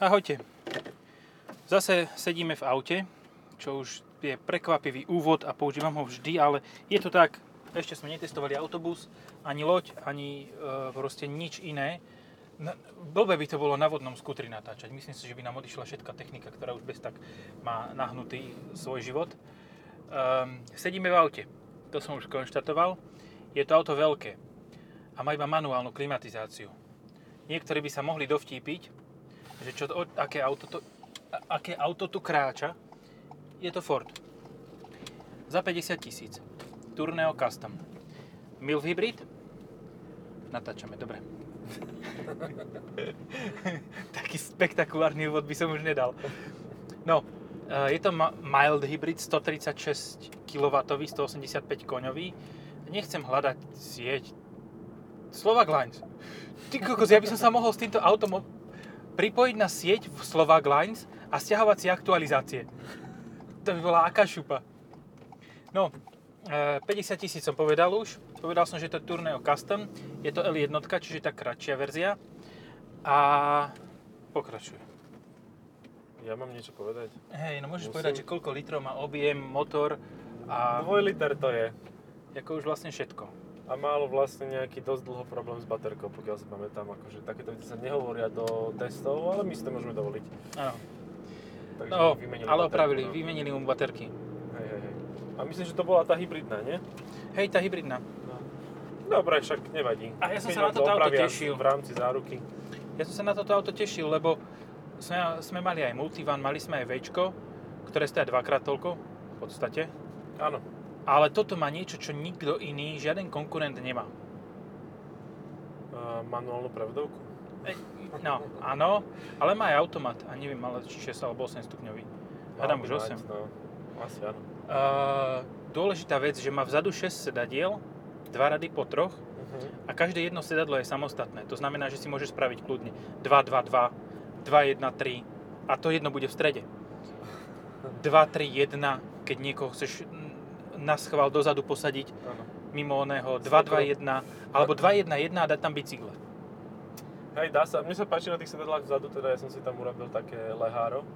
Ahojte. Zase sedíme v aute, čo už je prekvapivý úvod a používam ho vždy, ale je to tak, ešte sme netestovali autobus, ani loď, ani e, proste nič iné. Na, blbe by to bolo na vodnom skutri natáčať. Myslím si, že by nám odišla všetká technika, ktorá už bez tak má nahnutý svoj život. Ehm, sedíme v aute, to som už konštatoval. Je to auto veľké a má iba manuálnu klimatizáciu. Niektorí by sa mohli dovtípiť, že čo, o, aké, auto to, a- aké auto tu kráča, je to Ford. Za 50 tisíc. Tourneo Custom. Milf Hybrid. Natáčame, dobre. Taký spektakulárny úvod by som už nedal. No, e, je to ma- mild hybrid 136 kW, 185 koňový. Nechcem hľadať sieť Slovak Lines. Ty kokos, ja by som sa mohol s týmto autom o- pripojiť na sieť v Slovak Lines a stiahovať si aktualizácie. To by bola aká šupa. No, e, 50 tisíc som povedal už. Povedal som, že to je Tourneo Custom. Je to L1, čiže tá kratšia verzia. A pokračuje. Ja mám niečo povedať. Hej, no môžeš Musím. No. povedať, že koľko litrov má objem, motor a Dvojliter to je. ako už vlastne všetko. A málo vlastne nejaký dosť dlho problém s baterkou, pokiaľ si pamätám. Akože takéto veci sa nehovoria do testov, ale my si to môžeme dovoliť. Áno, Takže no, vymenili ale baterku, opravili, no. vymenili mu baterky. Hej, hej, hej. A myslím, že to bola tá hybridná, nie? Hej, tá hybridná. No. Dobre, však nevadí. A ja som Keď sa na vám toto auto opravia tešil. V rámci záruky. Ja som sa na toto auto tešil, lebo sme, sme mali aj multivan, mali sme aj Včko, ktoré stojí dvakrát toľko v podstate. Áno. Ale toto má niečo, čo nikto iný, žiaden konkurent nemá. Uh, manuálnu prevodovku. E, No, áno, ale má aj automat. A neviem, ale či 6 alebo 8 stupňový. Hádam Mal už by 8. mať, No, asi áno. Uh, dôležitá vec, že má vzadu 6 sedadiel, dva rady po troch Uh-huh. a každé jedno sedadlo je samostatné. To znamená, že si môže spraviť kľudne 2, 2, 2, 2, 1, 3 a to jedno bude v strede. 2, 3, 1, keď niekoho chceš mm, na schvál dozadu posadiť Áno. mimo oného 2, Stokro. 2, 1 alebo 2, 1, 1 a dať tam bicykle. Hej, dá sa. Mne sa páči na tých sedadlách vzadu, teda ja som si tam urobil také leháro, eh,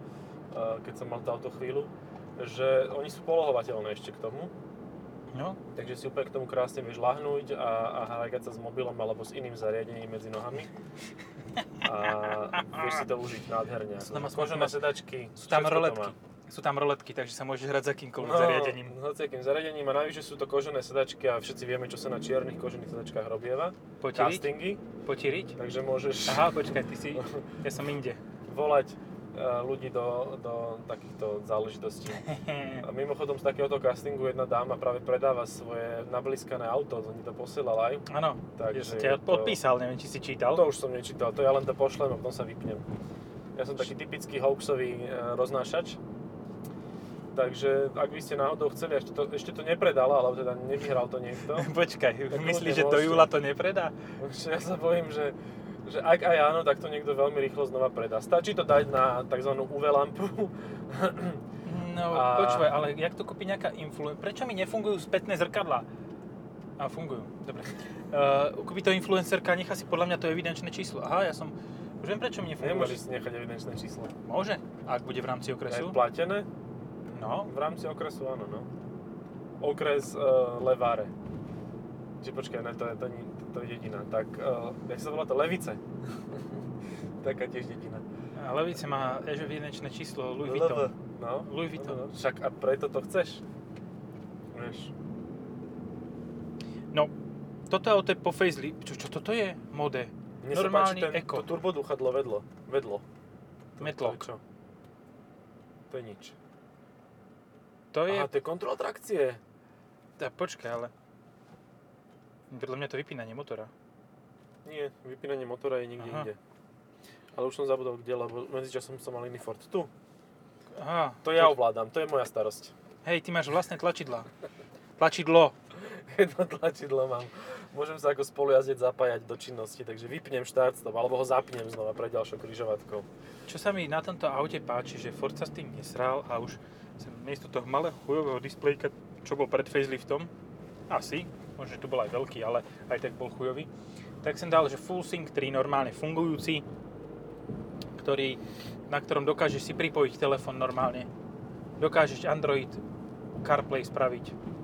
keď som mal to auto chvíľu, že oni sú polohovateľné ešte k tomu, No, takže si úplne k tomu krásne vieš lahnúť a, a hajgať sa s mobilom alebo s iným zariadením medzi nohami. A vieš si to užiť nádherne. Sú tam aspoň- Kožené sedačky, sú tam všetko to roletky. má. Sú tam roletky, takže sa môžeš hrať s akýmkoľvek zariadením. No, s hociakým zariadením a navyše sú to kožené sedačky a všetci vieme, čo sa na čiernych kožených sedačkách robieva. Potiriť? Castingy, Potiriť? takže môžeš... Aha, počkaj, ty si... Ja som inde. volať e, ľudí do, do takýchto záležitostí. A mimochodom z takéhoto castingu jedna dáma práve predáva svoje nablískané auto, to mi to posielal aj. Áno, Takže ja som ťa je to- odpísal, neviem, či si čítal. To už som nečítal, to ja len to pošlem a potom sa vypnem. Ja som taký typický hoaxový e, roznášač. Takže ak by ste náhodou chceli, ešte to, ešte to nepredala, alebo teda nevyhral to niekto. Počkaj, Tak myslíš, ľudia že do môžete. júla to nepredá? Takže ja sa bojím, že, že ak aj áno, tak to niekto veľmi rýchlo znova predá. Stačí to dať na tzv. UV lampu. No, A- počkaj, ale jak to kúpi nejaká influencer? Prečo mi nefungujú spätné zrkadla? A fungujú, dobre. Uh, kúpi to influencerka, nechá si podľa mňa to evidenčné číslo. Aha, ja som... Už viem, prečo mi nefungovali. Nemôžeš si nechať evidenčné číslo. Môže, ak bude v rámci Je okresu. platené? No, V rámci okresu áno, no. Okres e, Leváre. Či počkaj, ne, to je, to, ni- to je dedina. Tak, e, jak sa volá to? Levice. Taká tiež dedina. a Levice má evidenčné číslo Louis Vuitton. No. Louis Vuitton. No, no. Však a preto to chceš. Vieš. No, toto auto je po facelift. Čo, čo toto je? Mode. Mne sa Normálny páči ten, eko. to turbodúchadlo vedlo. Vedlo. To, Metlok. To je čo? To je nič. To je... Aha, to je kontrola trakcie. Tá, počkaj, ale... Podľa mňa to vypínanie motora. Nie, vypínanie motora je nikde Aha. inde. Ale už som zabudol kde, lebo medzičasom som mal iný Ford. Tu. Aha, To ja ovládam, to je moja starosť. Hej, ty máš vlastné tlačidlá. Tlačidlo. Jedno tlačidlo mám. Môžem sa ako spolujazdec zapájať do činnosti, takže vypnem štart stop, alebo ho zapnem znova pre ďalšou križovatkou. Čo sa mi na tomto aute páči, že Ford sa s tým nesral a už som miesto toho malého chujového displejka, čo bol pred faceliftom, asi, možno tu bol aj veľký, ale aj tak bol chujový, tak som dal, že Full Sync 3 normálne fungujúci, ktorý, na ktorom dokážeš si pripojiť telefón normálne. Dokážeš Android CarPlay spraviť.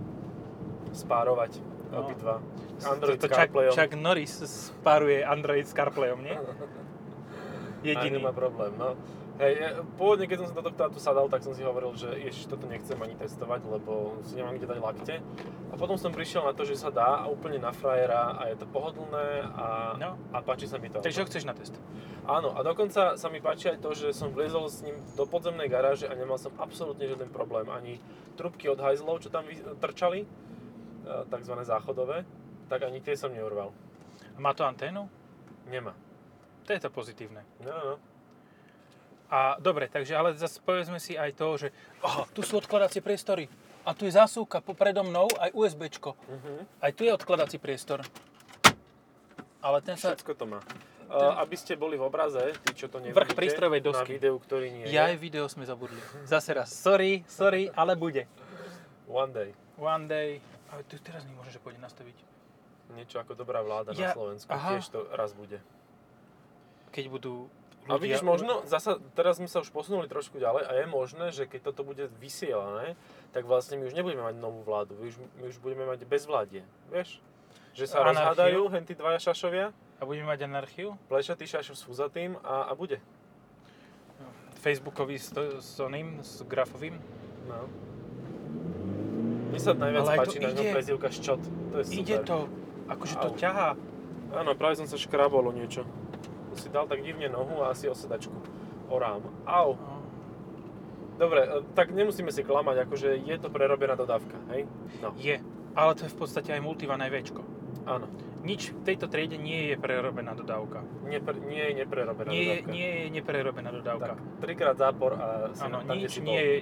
Spárovať No. obidva. Android to, to Chuck, CarPlayom. Chuck Norris spáruje Android s CarPlayom, nie? Jediný. Jediný. nemá problém, no. Hej, ja, pôvodne, keď som sa do tohto auta sadal, tak som si hovoril, že ešte toto nechcem ani testovať, lebo si nemám kde dať lakte. A potom som prišiel na to, že sa dá a úplne na frajera a je to pohodlné a, No, no. a páči sa mi to. takže ho chceš na test. Áno, a dokonca sa mi páči aj to, že som vliezol s ním do podzemnej garáže a nemal som absolútne žiaden problém. Ani trubky od hajzlov, čo tam vy- trčali, e, takzvané záchodové, tak ani tie som neurval. A Má to anténu? Nemá. To je to pozitívne. No, no, no. A dobre, takže ale zase povedzme si aj to, že oh, tu sú odkladacie priestory a tu je zásuvka popredo mnou aj USBčko. Mhm. Aj tu je odkladací priestor. Ale ten sa... Všetko to má. Uh, aby ste boli v obraze, tí, čo to nevidíte, Vrch prístrojovej na dosky. videu, ktorý nie je. Ja aj video sme zabudli. Zase raz, sorry, sorry, ale bude. One day. One day... Ale tu teraz nemôžem, že pôjde nastaviť. Niečo ako dobrá vláda Ja- na Slovensku. aha. Tiež to raz bude. Keď budú A vidíš, možno, zasa, teraz sme sa už posunuli trošku ďalej a je možné, že keď toto bude vysielané, tak vlastne my už nebudeme mať novú vládu, my už, my už budeme mať bezvládie, vieš? Že sa Anarchiu. rozhádajú henty dvaja šašovia, A budeme mať anarchiu? plešatý šašov s fuzatým a, a bude. Facebookový s, to, s oným, s grafovým. No. Mne sa najviac Ale aj to páči na ňom ide. prezivka Ščot. To je super. Ide to, akože to Au. ťahá. Áno, práve som sa škrábol o niečo. Si dal tak divne nohu a asi o sedačku. O rám. Au. Dobre, e, tak nemusíme si klamať, akože je to prerobená dodávka, hej? No, Je, ale to je v podstate aj multivan aj Včko. áno. Nič v tejto triede nie je prerobená dodávka. Nepr- nie je neprerobená Nie je, dodávka. nie je neprerobená Tak, dodávka. trikrát zápor a si Áno, na- tam, kde nič si nie bol. je...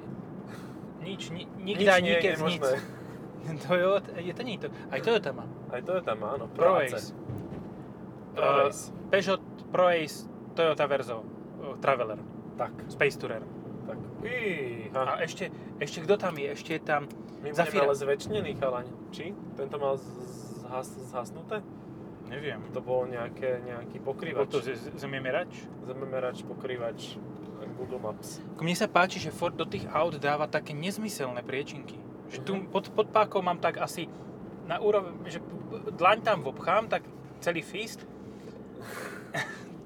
Nič, ni, nikdy Nič aj nie je nikec nic. nemožné. Toyota, je to nie to. Aj Toyota má. Aj to je tam, áno. ProAce. Práce. ProAce. Peugeot ProAce Toyota Verzo eh, Traveler, Tak, Space Tourer. tak. Íha. A ešte, ešte kto tam je? Ešte je tam My budeme Zafira. ale zväčšnený chalaň. Či? Tento mal z- zhas- zhasnuté? Neviem. To bol nejaké, nejaký Bol pokrývač. to z- zemiemerač? Zememerač, pokrývač, Google Maps. Mne sa páči, že Ford do tých aut dáva také nezmyselné priečinky. Že tu Mhm. pod, pod pákou mám tak asi na úroveň, že dlaň tam vopchám, tak celý fist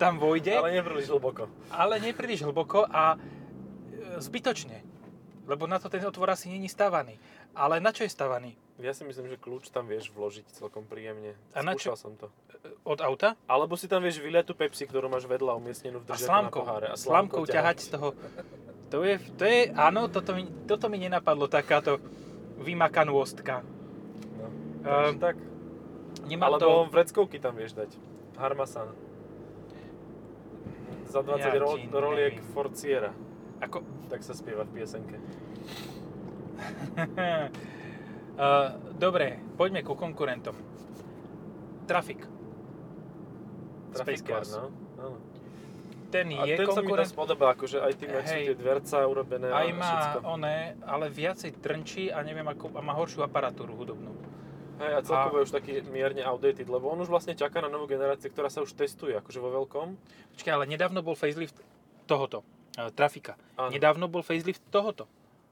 tam vojde, ale, Ale nepríliš hlboko. ale nepríliš hlboko a e, zbytočne. Lebo na to ten otvor asi není stavaný. Ale na čo je stavaný? Ja si myslím, že kľúč tam vieš vložiť celkom príjemne. A na Skúšal som to. Od auta? Alebo si tam vieš vyliať tú Pepsi, ktorú máš vedľa umiestnenú A v držaku slámkou. na poháre. A slámkou ťahať z toho. To je, to je áno, toto mi, toto mi nenapadlo, takáto vymakanôstka. No. Ehm, Takže tak. Nemá Alebo vreckovky tam vieš dať. Harmasan. Za 20 Ja ro- ti roliek neviem. Forciera. Ako, Tak sa spieva v piesenke. Eh, dobre, poďme ku konkurentom. Trafik. Space Trafikár, Class. no. Áno. Ten A je ten sa mi konkurent, dosť podobá, akože aj tým, ak sú Hej. tie dverca urobené aj má a no, všetko. oné, ale viacej trnčí a neviem ako, a má horšiu aparatúru hudobnú. Hej, a celkovo je už taký mierne outdated, lebo on už vlastne čaká na novú generáciu, ktorá sa už testuje, akože vo veľkom. Počkaj, ale nedávno bol facelift tohoto, eh, trafika. Áno, Nedávno bol facelift tohoto.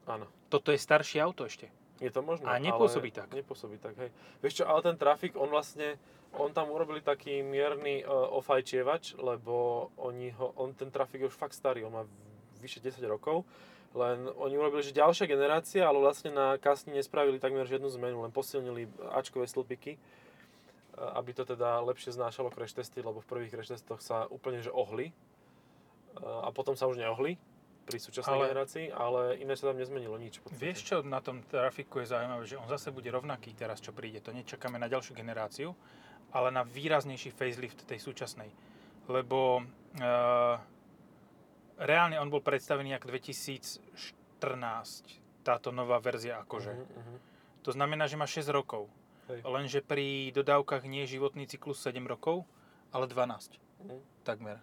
áno. Toto je staršie auto ešte. Je to možné. A nepôsobí tak. Nepôsobí tak, hej. Vieš čo, ale ten trafik, on vlastne, on tam urobili taký mierny uh, ofajčievač, lebo oni ho, on ten trafik je už fakt starý, on má vyše 10 rokov. Len oni urobili, že ďalšia generácia, ale vlastne na kasni nespravili takmer žiadnu zmenu, len posilnili Ačkové stĺpiky, eh, aby to teda lepšie znášalo crash testy, lebo v prvých crash testoch sa úplne že ohli Eh, a potom sa už neohli pri súčasnej Ale- generácii, ale iné sa tam nezmenilo nič. v podstate. Vieš, čo na tom trafiku je zaujímavé, že on zase bude rovnaký teraz, čo príde. To nečakáme na ďalšiu generáciu, ale na výraznejší facelift tej súčasnej. Lebo e, reálne on bol predstavený ako 2014, táto nová verzia akože. Mhm, mhm. To znamená, že má 6 rokov. Hej. Lenže pri dodávkach nie je životný cyklus 7 rokov, ale 12. Mhm. Takmer.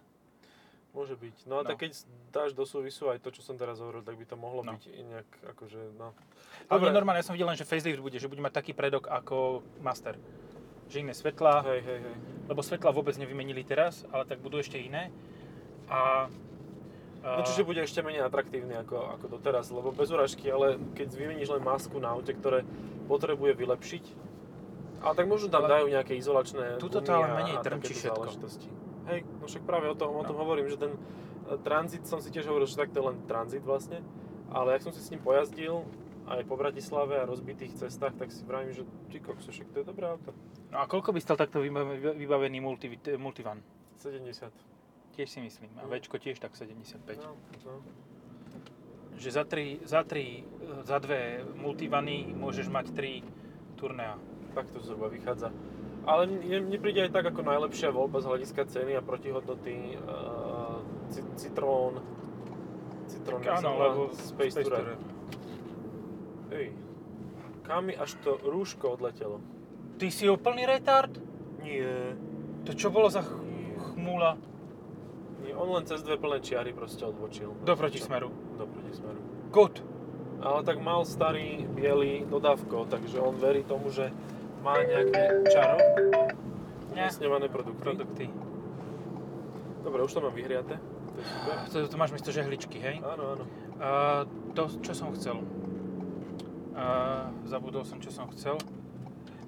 Môže byť. No a No. tak keď dáš do súvisu aj to, čo som teraz hovoril, tak by to mohlo No. byť i nejak, akože, no. Dobre. normálne, ja som videl len, že facelift bude, že bude mať taký predok ako Master. Že iné svetlá, Hej, hej, hej. lebo svetla vôbec nevymenili teraz, ale tak budú ešte iné. A No čiže bude ešte menej atraktívny ako, ako doteraz, lebo bez uražky, ale keď vymeníš len masku na aute, ktoré potrebuje vylepšiť, ale tak možno tam Ale- dajú nejaké izolačné Tuto to gumy ale a- menej a takéto trnčí všetko. záležitosti. Hej, no však práve o tom, o tom No. hovorím, že ten e, tranzit, som si tiež hovoril, že tak to je len tranzit vlastne, ale ak som si s ním pojazdil, aj po Bratislave a rozbitých cestách, tak si vravím, že ty kokso, však to je dobré auto. No a koľko by stal takto vybav- vybavený multi, multivan? 70. Tiež si myslím. A Mm. Včko tiež tak 75. No, no. Že za, tri, za, tri, e, za dve multivany môžeš mať tri turnéa. Tak to zhruba vychádza. Ale mne, mne príde aj tak ako najlepšia voľba z hľadiska ceny a protihodnoty uh, Citrón. Citrón, jak sa volá? Space, Space Tourer. Ej, kam mi až to rúško odletelo? Ty si úplný retard? Nie. To čo bolo za ch- chmúla? Nie, on len cez dve plné čiary proste odbočil. Do protismeru. Do protismeru. Good. Ale tak mal starý biely dodávko, takže on verí tomu, že má nejaké čaro, Ne. nesnevané produkty. Produkty. Dobre, už to mám vyhriate. To je super. To, to máš miesto žehličky, hej? Áno, áno. A Eh, to, čo som chcel. A zabudol som, čo som chcel.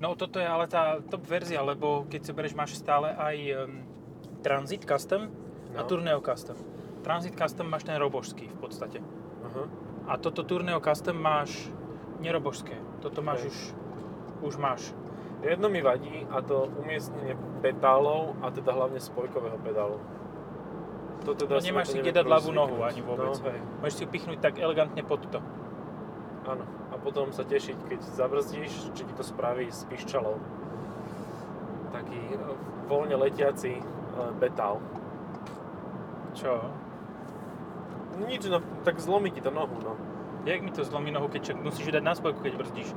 No toto je ale tá top verzia, lebo keď si bereš, máš stále aj um, Transit Custom No. a Tourneo Custom. Transit Custom máš ten robožský v podstate. Aha. A toto Tourneo Custom máš nerobožské. Toto máš Hej. už, už máš. Jedno mi vadí a to umiestnenie pedálov a teda hlavne spojkového pedálu. To No teda si nemáš na to si neviem kde dať ľavú zvyknúť. nohu ani vôbec. No, hej, Môžeš si ju pichnúť tak elegantne pod to. áno. A potom sa tešiť, keď zabrzdíš, či ti to spraví s piščalou. Taký e, voľne letiaci e, betál. Čo? Nič, no, tak zlomí ti to nohu, no. Jak mi to zlomí nohu, keď čak musíš ju dať na spojku, keď brzdíš?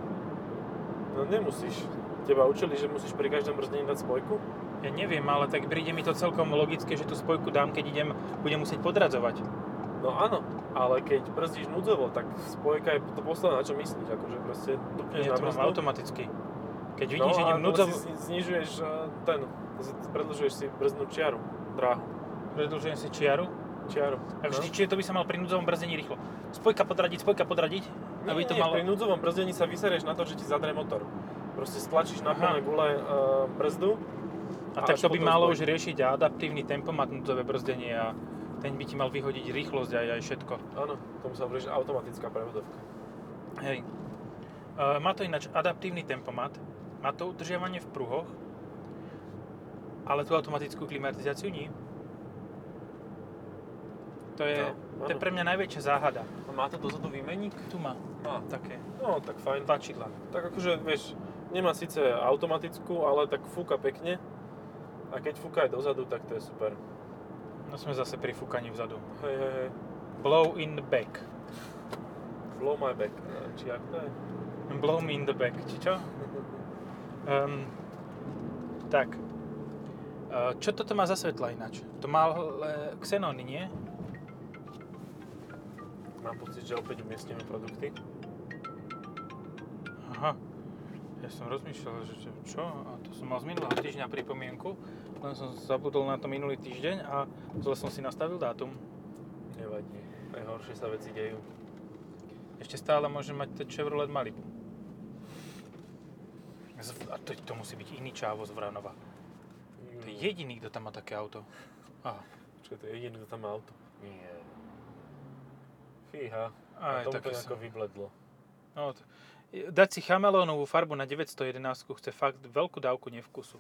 No nemusíš. Teba učili, že musíš pri každom brzdení dať spojku? Ja neviem, ale tak príde mi to celkom logické, že tú spojku dám, keď idem, budem musieť podradzovať. No áno, ale keď brzdíš núdzovo, tak spojka je to posledné, na čo myslíš. Akože proste dupneš Nie, na to mám brzdu. automaticky. Keď vidíš, že idem áno, núdzovo, Si zni- znižuješ e, ten, z- predlžuješ si brznú čiaru, dráhu. predlžujem si čiaru. Čiaru. Takže no? čiže to by sa mal pri núdzovom brzdení rýchlo. Spojka podradiť, spojka podradiť, Nie, aby to nie, malo... Pri núdzovom brzdení sa vyserieš na to, že ti zadre motor. Proste stlačíš na Aha. plné gule e, brzdu. A tak až to by potom malo spojka. už riešiť a adaptívny tempomat núdzové brzdenie a ten by ti mal vyhodiť rýchlosť aj, aj všetko. Áno, tomu sa hovorí, že automatická prevodovka. Hej. Uh, má to ináč adaptívny tempomat, má to udržiavanie v pruhoch, ale tú automatickú klimatizáciu nie. To je, No, to je áno. pre mňa najväčšia záhada. A má to dozadu výmenník? Tu má Má. také No, tak fajn. tlačidla. Tak akože, vieš, nemá síce automatickú, ale tak fúka pekne. A keď fúka aj dozadu, tak to je super. No sme zase pri fúkaní vzadu. Hej, hej, hej. Blow in the back. Blow my back. E, Či jak to je? Blow me in the back, či čo? Um, tak. Uh, čo toto má za svetla ináč? To mal uh, Xenony, nie? Mám pocit, že opäť umiestnime produkty. Aha. Ja som rozmýšľal, že čo- čo? A to som mal z minulého týždňa pripomienku, len som zabudol na to minulý týždeň a zle som si nastavil dátum. Nevadí. Najhoršie sa veci dejú. Ešte stále môžem mať ten Chevrolet Malibu. Z- A to, to musí byť iný čávo z Vranova. To je jediný, kto tam má také auto. Aha. Čo Hm, to je jediný, kto tam má auto? Nie. Fíha. Aj, a tomu to také nejako som. vybledlo. No, to... Dať si chameleónovú farbu na 911 chce fakt veľkú dávku nevkusu.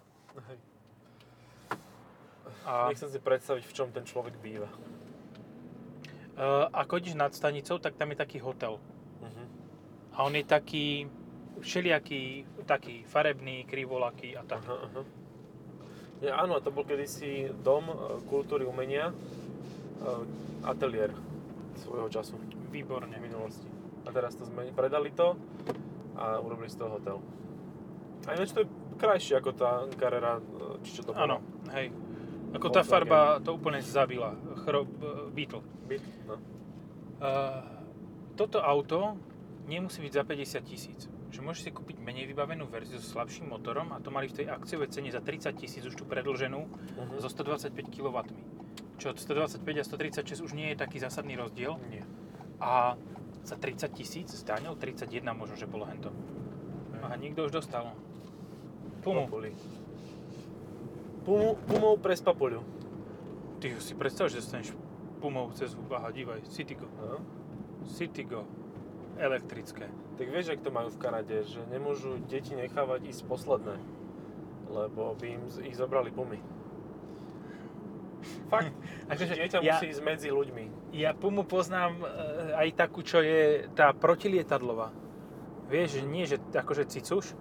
Hej. A... Nechcem si predstaviť, v čom ten človek býva. Uh, ako ideš nad stanicou, tak tam je taký hotel. Mhm. A on je taký všelijaký, taký farebný, krivolaký a tak. Aha, aha. Ja, áno, to bol kedysi dom e, kultúry umenia, e, ateliér svojho času v Výborne. minulosti. A teraz to zmeni, predali to a urobili z toho hotel. A ináč to je krajšie ako tá Carrera, e, či čo to bolo. Áno, hej. Ako tá Volkswagen. farba to úplne zabila. e, Chro, b- Beetle. Byt, no. Uh, toto auto nemusí byť za 50 tisíc. Že môžeš si kúpiť menej vybavenú verziu so slabším motorom a to mali v tej akciovej cene za 30 tisíc už tú predlženú Mhm. so 125 kW. čo od 125 a 136 už nie je taký zásadný rozdiel. Nie. A za 30 tisíc s daňou, 31 možno, že bolo hento. Aha, nikto už dostal. Pumu. Papuli. Pumu, pumou pres papuľu. Ty si predstav, že dostaneš Pumou cez hub. Aha, dívaj, Citygo. No. Citygo. Elektrické. Tak vieš, jak to majú v Kanade, že nemôžu deti nechávať ísť posledné, lebo by im z- ich zobrali pumy. Fakt, Akože že dieťa ja- musí ísť medzi ľuďmi. Ja Pumu poznám e, aj takú, čo je tá protilietadlová. Vieš, že nie, že akože cicuš,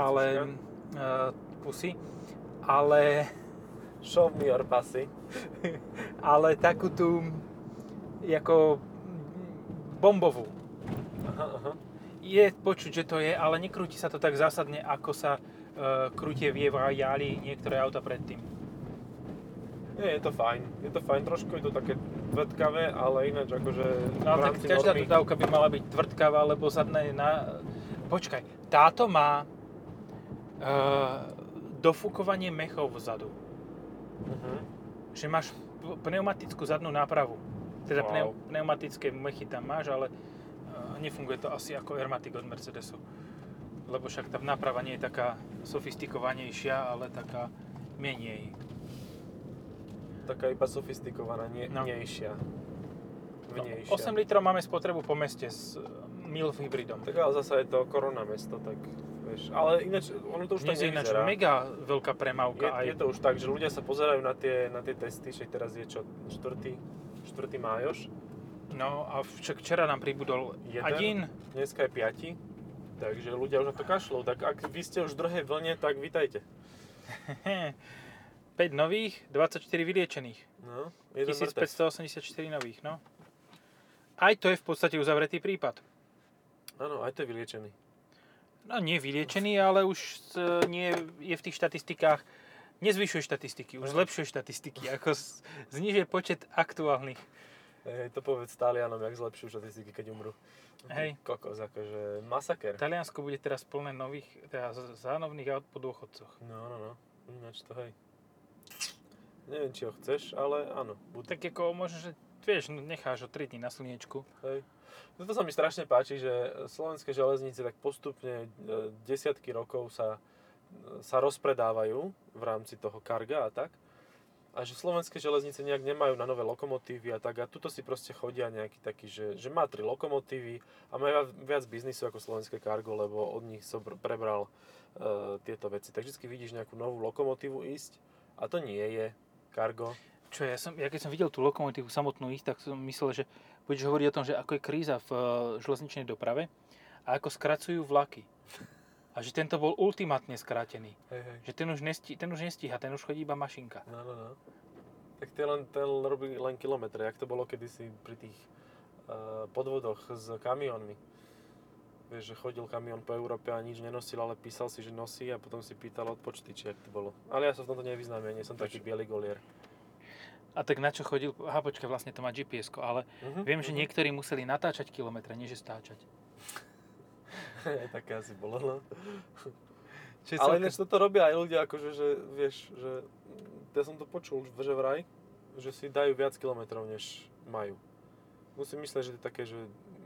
ale uh, pusy, ale, Show me your pasy. ale takú tú ako bombovú. Aha, aha. Je počuť, že to je, ale nekrúti sa to tak zásadne, ako sa e, krútie vievajali niektoré auta predtým. Nie, je to fajn. Je to fajn, trošku je to také tvrdkavé, ale ináč akože No ale tak každá normy- dodávka by mala byť tvrdkavá, lebo zadné na... Počkaj, táto má e, dofukovanie mechov vzadu. Mhm. Že máš p- pneumatickú zadnú nápravu. Teda Wow. wow. pneumatické mechy tam máš, ale e, nefunguje to asi ako Ermatic od Mercedesu. Lebo však tá náprava nie je taká sofistikovanejšia, ale taká menej. Taká iba sofistikovaná, nie, No. nejšia. No, Vnejšia. 8 litrov máme spotrebu po meste s e, MILF hybridom. Tak ale zasa je to korona mesto, tak vieš. Ale ináč, ono to už tak Dnes je ináč nevyzerá. mega veľká Je, premávka. aj je to už tak, že ľudia sa pozerajú na tie, na tie testy, že teraz je čo, 4. 4. májoš, No a však včera nám pribudol Jeden? Adin. dneska je 5. Takže ľudia už na to kašľú, tak ak vy ste už v druhej vlne, tak vitajte. 5 nových, 24 vyliečených. No, jeden mŕtev. 1584 nových, no. Aj to je v podstate uzavretý prípad. Áno, aj to je vyliečený. No nie vyliečený, ale už e, nie je v tých štatistikách nezvyšuje štatistiky, už zlepšuje štatistiky, ako s- znižuje počet aktuálnych. Hej, to povedz Talianom, jak zlepšujú štatistiky, keď umrú. Hej. Kokos, akože masaker. Taliansko bude teraz plné nových, teda z- zánovných aut po dôchodcoch. No, no, no. Ináč to hej. Neviem, či ho chceš, ale áno. Budú. Tak ako možno, že vieš, no, necháš o 3 dní na slniečku. Hej. Toto sa mi strašne páči, že slovenské železnice tak postupne e, desiatky rokov sa, e, sa rozpredávajú v rámci toho karga a tak. A že slovenské železnice nejak nemajú na nové lokomotívy a tak. A tuto si proste chodia nejaký taký, že, že má tri lokomotívy a majú va- viac biznisu ako slovenské kargo, lebo od nich som pr- prebral e, tieto veci. Tak vždy vidíš nejakú novú lokomotívu ísť a to nie je kargo. Čo ja som, ja keď som videl tú lokomotívu samotnú ich, tak som myslel, že budeš hovoriť o tom, že ako je kríza v e, železničnej doprave a ako skracujú vlaky. A že tento bol ultimátne skrátený. Hej, hej. Že ten už, nestí, ten už nestíha, ten už chodí iba mašinka. No, no, no. Tak ten len, ten robí len kilometre, jak to bolo kedysi pri tých uh, podvodoch s kamionmi. Vieš, že chodil kamión po Európe a nič nenosil, ale písal si, že nosí a potom si pýtal odpočty, či jak to bolo. Ale ja sa v tomto nevyznám, ja nie som taký biely golier. A tak na čo chodil? Aha, počkaj, vlastne to má gps ale Mhm. viem, že niektorí museli natáčať kilometre, nie že stáčať. Také asi bolo, no. Čo Ale ináč toto robia aj ľudia, akože, že vieš, že ja som to počul, že vraj, že si dajú viac kilometrov, než majú. Musím mysleť, že to je také, že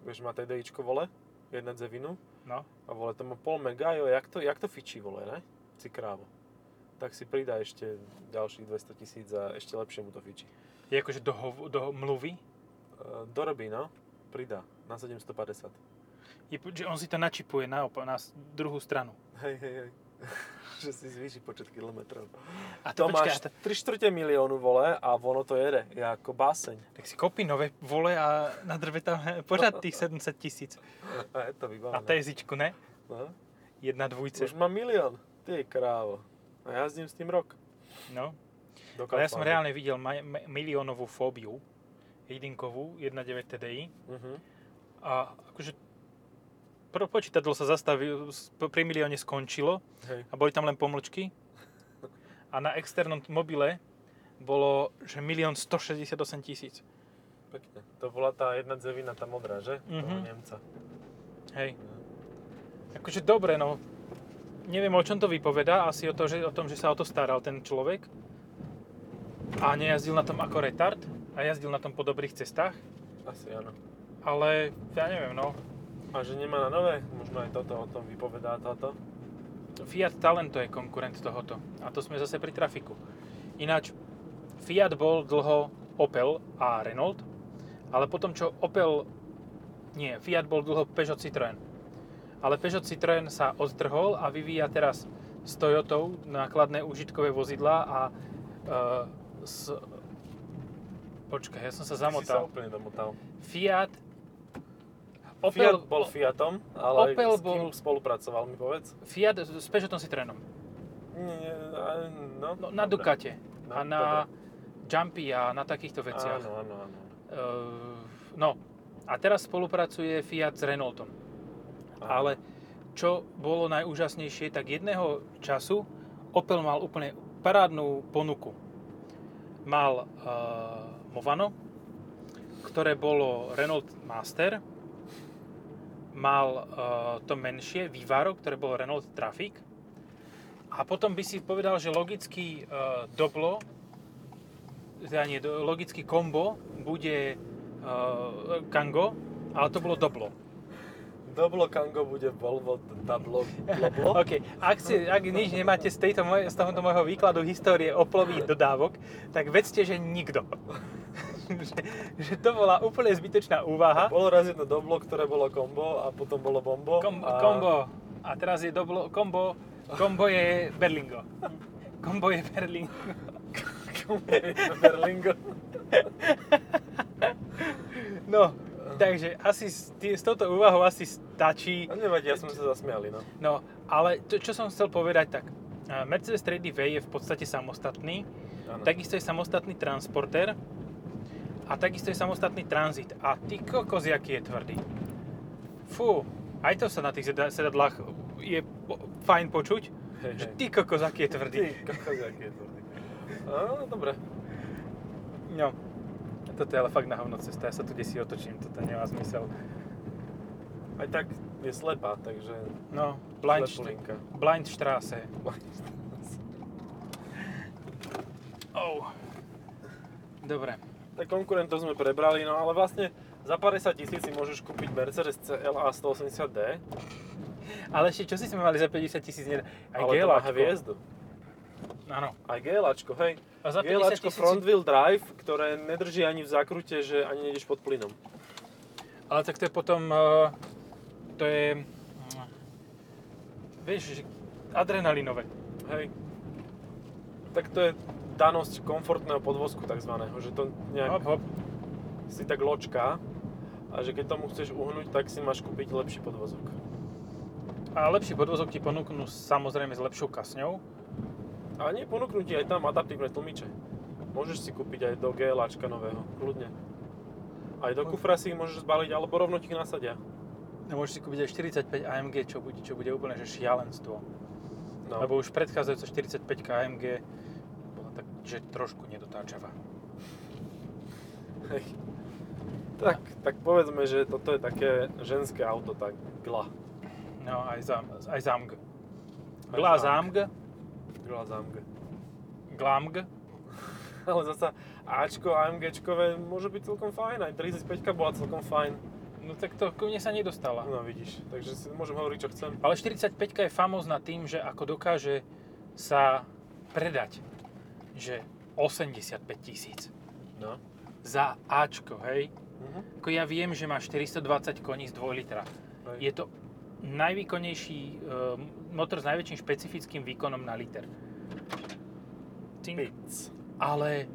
vieš, má TDIčko vole, jedna dzevinu, No, a vole, to má pol mega, jo, jak to, jak to fičí, vole, ne? Si krávo. Tak si pridá ešte ďalších 200 tisíc a ešte lepšie mu to fičí. je akože do, hov, do mluvy, E, dorobí, no, pridá na 750. je, že on si to načipuje na, opa- na s- druhú stranu. Hej, hej, hej. že si zvýši počet kilometrov. A To to, počkaj, máš a to, 3 štvrte miliónu, vole, a ono to jede, je ako báseň. tak si kopí nové vole a nadrve tam pořád tých 700 tisíc. A je to Na vybavené. tézičku, ne? no. Jedna dvojce. Už má milión, ty krávo. A jazdím s tým rok. No. Do Ale ja som Kauflandu. reálne videl ma- ma- miliónovú fóbiu. Jedinkovú, 1.9 TDI. Mhm. A akože prvé počítadlo sa zastavil, s- po- pri milióne skončilo Hej. a boli tam len pomlčky. A na externom mobile bolo, že milión 168 tisíc. Pekne. To bola tá jedna dzevina, tá modrá, že? Mhm. Toho Nemca. Hej. Akože dobre, no. Neviem, o čom to vypovedá. Asi o, to, že, o tom, že sa o to staral ten človek. a nejazdil na tom ako retard a jazdil na tom po dobrých cestách, Asi áno. ale ja neviem, no. A že nemá na nové? Možno aj toto o tom vypovedá táto. Fiat Talento je konkurent tohoto. A to sme zase pri trafiku. Ináč, Fiat bol dlho Opel a Renault, ale potom čo Opel... Nie, Fiat bol dlho Peugeot Citroën. Ale Peugeot Citroën sa odtrhol a vyvíja teraz s Toyotou nákladné užitkové vozidlá a e, s... Počkaj, ja som sa Ty Si sa zamotal. úplne domotal. Fiat... Fiat bol Fiatom, ale Opel s bol- kým spolupracoval mi povedz? Fiat s Peugeotom Citroënom. Nie, nie, a- no, No, na dobre. Ducate No, a na Jumpy a na takýchto veciach. Áno, áno, áno. Eh, no a teraz spolupracuje Fiat s Renaultom. Áno. Ale čo bolo najúžasnejšie, tak jedného času Opel mal úplne parádnu ponuku. Mal eh, Movano, ktoré bolo Renault Master, mal eh, to menšie Vivaro, ktoré bolo Renault Trafic a potom by si povedal, že logicky eh, Doblo, teda nie, do- logicky Combo bude eh, Kango, ale to bolo Doblo. Doblo Kango bude Volvo Dablo Bloblo. OK, ak, si, ak nič nemáte z, tejto moje, z tohoto môjho výkladu histórie oplových dodávok, tak vedzte, že nikto. že, že to bola úplne zbytočná úvaha. Bolo raz jedno Doblo, ktoré bolo Kombo a potom bolo Bombo. Kom, a... kombo. A teraz je doblo, kombo. Kombo je Berlingo. Kombo je Berlingo. Kombo je Berlingo. No, takže asi s, tý, s touto úvahou asi stačí. A No nevadí, ja som sa zasmiali, no. No, ale to, čo som chcel povedať, tak eh, Mercedes 3D V je v podstate samostatný. Áno. Takisto je samostatný transporter a takisto je samostatný tranzit. A ty kokos, jaký je tvrdý. Fú, aj to sa na tých seda- sedadlách je po- fajn počuť, Hej, že hej. ty kokos, aký je tvrdý. Ty, kokos, aký je tvrdý. Áno, dobre. No, toto je ale fakt na hovno cesta, ja sa tu desi otočím, toto nemá zmysel. Aj tak je slepá, takže... No, blind, št- slepulinka. blind Straße. Oh. Dobre. Tak konkurentov sme prebrali, no ale vlastne za 50 tisíc si môžeš kúpiť Mercedes CLA 180D, Ale ešte, čo si sme mali za 50 tisíc? nedá- Aj ale to má GLAčko. hviezdu. Áno. Aj GLAčko, hej. A za 50 GLAčko tisíc front wheel drive, ktoré nedrží ani v zákrute, že ani nejdeš pod plynom. Ale tak to je potom, eh, to je, mm, vieš, že adrenalinové. Hej. Tak to je danosť komfortného podvozku takzvaného, že to nejak Hop, hop. si tak ločká a že keď tomu chceš uhnúť, tak si máš kúpiť lepší podvozok. A lepší podvozok ti ponúknú samozrejme s lepšou kasňou. A nie ponúknú ti aj tam adaptívne tlmiče. Môžeš si kúpiť aj do GLAčka nového, kľudne. Aj Hm. do kufra si ich môžeš zbaliť, alebo rovno ti ich nasadia. Môžeš si kúpiť aj 45 AMG, čo bude, čo bude úplne že šialenstvo. No. Lebo už predchádzajúca 45 AMG bola tak, že trošku nedotáčavá. Hej. Tak, tak povedzme, že toto je také ženské auto, tak gla. No aj, za, aj zamg. Glá zamg, Gla zámge. glamg. Ale zasa Ačko, AMGčkové môže byť celkom fajn, aj 35 bola celkom fajn. No tak to ku mne sa nedostala. No vidíš, takže si môžem hovoriť, čo chcem. Ale 45 je famózna tým, že ako dokáže sa predať, že 85 tisíc No. za Ačko, hej. Mhm. Ako ja viem, že má 420 koní z 2 litra. Hej. Je to najvýkonnejší e, motor s najväčším špecifickým výkonom na liter. Tink. Pic. Ale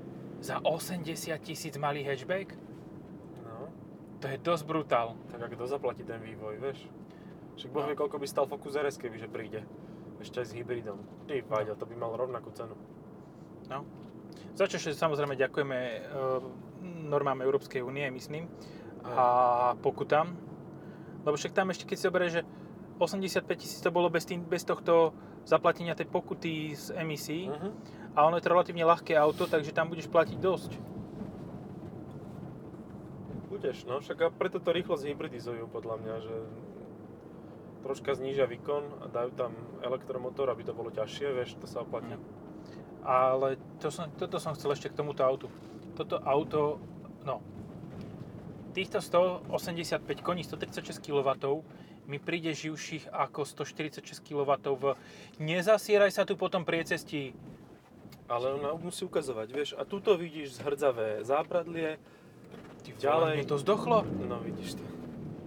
za 80 tisíc malý hatchback? No, To je dosť brutál. tak a kto zaplatí ten vývoj, vieš? Však Boh No. vie, koľko by stal Focus RS, kebyže príde. Ešte aj s hybridom. Ty, Váďo, to by mal rovnakú cenu. No. Za čo ešte samozrejme ďakujeme e, normám Európskej únie, myslím, a pokutám. Lebo však tam ešte keď si zoberie, že 85 tisíc to bolo bez, tým, bez tohto zaplatenia tej pokuty z emisí Mhm. a ono je to relatívne ľahké auto, takže tam budeš platiť dosť. Budeš, no, však a preto to rýchlo zhybridizujú, podľa mňa, že troška znížia výkon a dajú tam elektromotor, aby to bolo ťažšie, vieš, to sa oplatí. No. Ale to som, toto som chcel ešte k tomuto autu. Toto auto, no, týchto 185 koní, 136 kW mi príde živších ako 146 kW v... Nezasieraj sa tu potom priecesti. Ale ona musí ukazovať, vieš, a tuto vidíš zhrdzavé zábradlie, Ty vole, Ďalej. Mne to zdochlo. no vidíš to.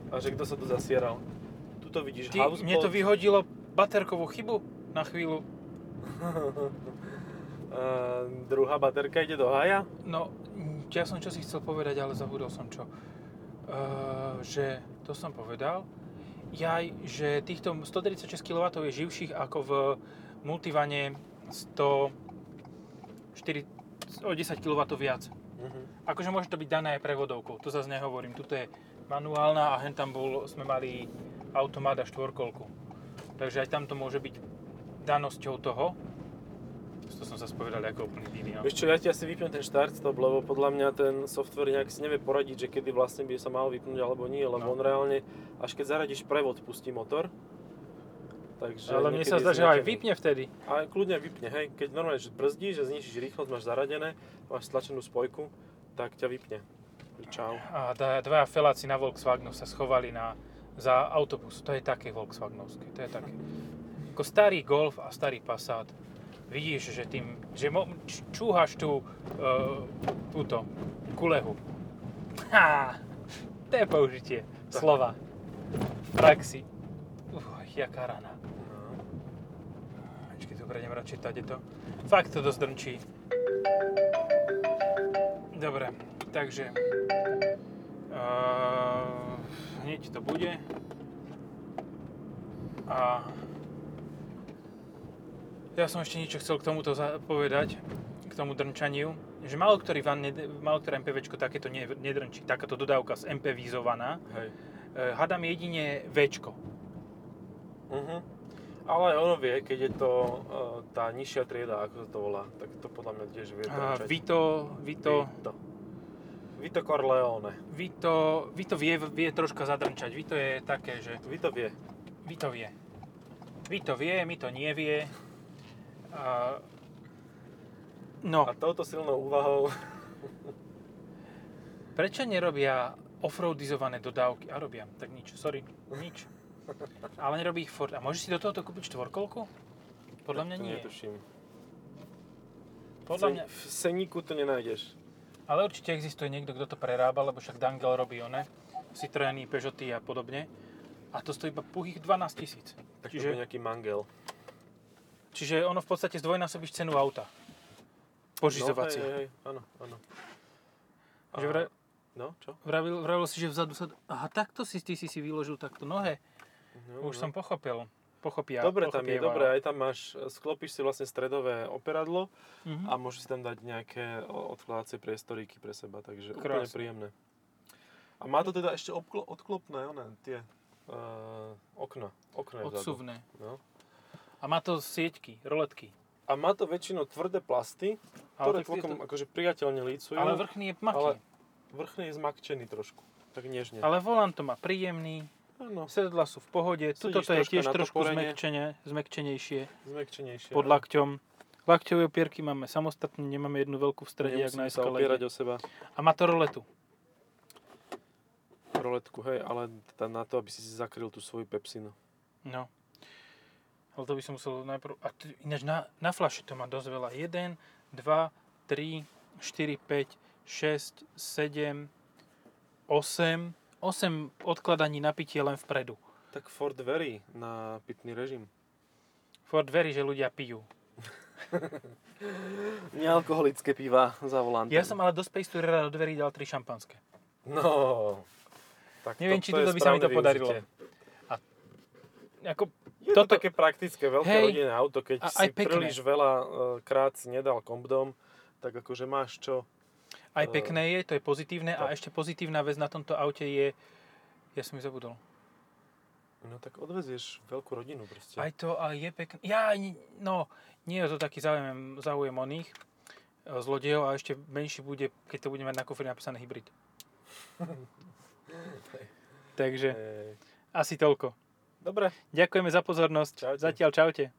A že kto sa tu zasieral. Tuto vidíš Ty, houseboat. mne to vyhodilo baterkovú chybu na chvíľu. Eh, druhá baterka ide do haja. No, mm, ja som čo si chcel povedať, ale zabudol som čo. Uh, že to som povedal. Jaj, že týchto 136 kW je živších ako v multivane 104, o 10 kW viac. Akože môže to byť dané aj prevodovkou, to zase nehovorím. Tuto je manuálna a hen tam bol, sme mali automat a štvorkolku. Takže aj tam to môže byť danosťou toho. To som sa spovedal ako úplný dýny. No. Vieš čo, ja ti asi vypnem ten start stop, lebo podľa mňa ten software nejak si nevie poradiť, že kedy vlastne by sa mal vypnúť alebo nie, lebo No. on reálne, až keď zaradíš prevod, pustí motor. Takže Ale mne sa niekedy zdá, je že ho aj zmetený. vypne vtedy. Ale kľudne vypne, hej, keď normálne že brzdíš, že znižíš rýchlosť, máš zaradené, máš stlačenú spojku, tak ťa vypne. Čau. A dá- dvaja feláci na Volkswagenu sa schovali na, za autobus. To je také Volkswagenovské, to je také. Ako starý Golf a starý Passat. Vidíš, že tým, že mo, č- čúhaš tú, uh, túto, kulehu. Ha, to je použitie Tak. slova v praxi. Uj, jaká rana. Počkej, tu prejdem radšej tady to. Fakt to dosť drnčí. Dobre, takže... eh, Uh, hneď to bude. A... Ja som ešte niečo chcel k tomuto za- povedať, k tomu drnčaniu, že málo ktorý van, ned- málo ktoré MPVčko takéto ne- nedrnčí, takáto dodávka z MP vízovaná. Hej. E, Hadam jedine Včko. Mhm. Ale aj ono vie, keď je to uh, tá nižšia trieda, ako sa to volá, tak to podľa mňa tiež vie A trčať. Vito, Vito, Vito. Vito Corleone. Vito, Vito vie, vie troška zadrnčať. Vito je také, že Vito vie. Vito vie. Vito vie, my to nevie. A... No, A touto silnou úvahou... prečo nerobia offroadizované dodávky? A robia, tak nič, sorry, nič. Ale nerobí ich Ford. A môžeš si do tohoto kúpiť štvorkolku? Podľa mňa To nie. Netuším. Podľa Sen- mňa... V Seníku to nenájdeš. Ale určite existuje niekto, kto to prerába, lebo však Dangel robí one. Citroeny, Peugeoty a podobne. A to stojí iba puhých 12 tisíc. Tak to Čiže- bude nejaký mangel. No, Čiže ono v podstate zdvojnásobíš cenu auta. Požizovacie. No, hej, hej, áno, áno. A- Že vra- No, čo? Vravil, vravil si, že vzadu sa... Aha, takto si, ty si si vyložil takto nohe. No, Už no. som pochopil. Pochopia. Dobre tam je, pochopieval. dobre, aj tam máš, sklopíš si vlastne stredové operadlo Mhm. a môžeš si tam dať nejaké o- odkladacie priestoríky pre seba, takže úplne Krásne. príjemné. A má to teda ešte obklo, odklopné, one, tie uh, okna, okna je vzadu. Odsuvné. No. A má to sieťky, roletky. A má to väčšinou tvrdé plasty, Ale, ktoré tak celkom je akože priateľne to, lícujú, ale vrchný je ale maký. Ale, vrchný je zmakčený trošku, tak nežne. ale volant to má príjemný, Áno, sedadla sú v pohode, tuto to je troška tiež na trošku toporenie. zmekčené, zmekčenejšie zmekčenejšie. pod áno. lakťom. Lakťové opierky máme samostatne, nemáme jednu veľkú v strede, jak na Nemusíme sa opierať eskalade. o seba. A má to roletu. Roletku, hej, ale teda na to, aby si si zakryl tú svoju pepsinu. No. Ale to by som musel najprv... A t- ináč na, na flaši to má dosť veľa. 1, 2, 3, 4, 5, 6, 7, 8. 8 odkladaní na pitie len vpredu. Tak Ford verí na pitný režim. Ford verí, že ľudia pijú. Nealkoholické piva za volantom. Ja som ale do Space Tourera do dverí dal 3 šampanské. No... Tak Neviem, či je toto by sa mi to správne podarilo. využitie. Ako, Je Toto- toto... to také praktické, veľké Hej. rodinné auto, keď A aj si pekné. príliš veľa e, krát si nedal kombdom, tak akože máš čo. aj Eh, pekné je, to je pozitívne. A tak. ešte pozitívna vec na tomto aute je... Ja som mi zabudol. No tak odvezieš veľkú rodinu proste. Aj to, ale je pekné. Ja, ani- no, nie je to taký záujem, záujem o nich, e, zlodejov, a ešte menší bude, keď to bude mať na kufri napísané hybrid. Takže Hej. asi toľko. Dobre. Ďakujeme za pozornosť. Čaute. Zatiaľ čaute.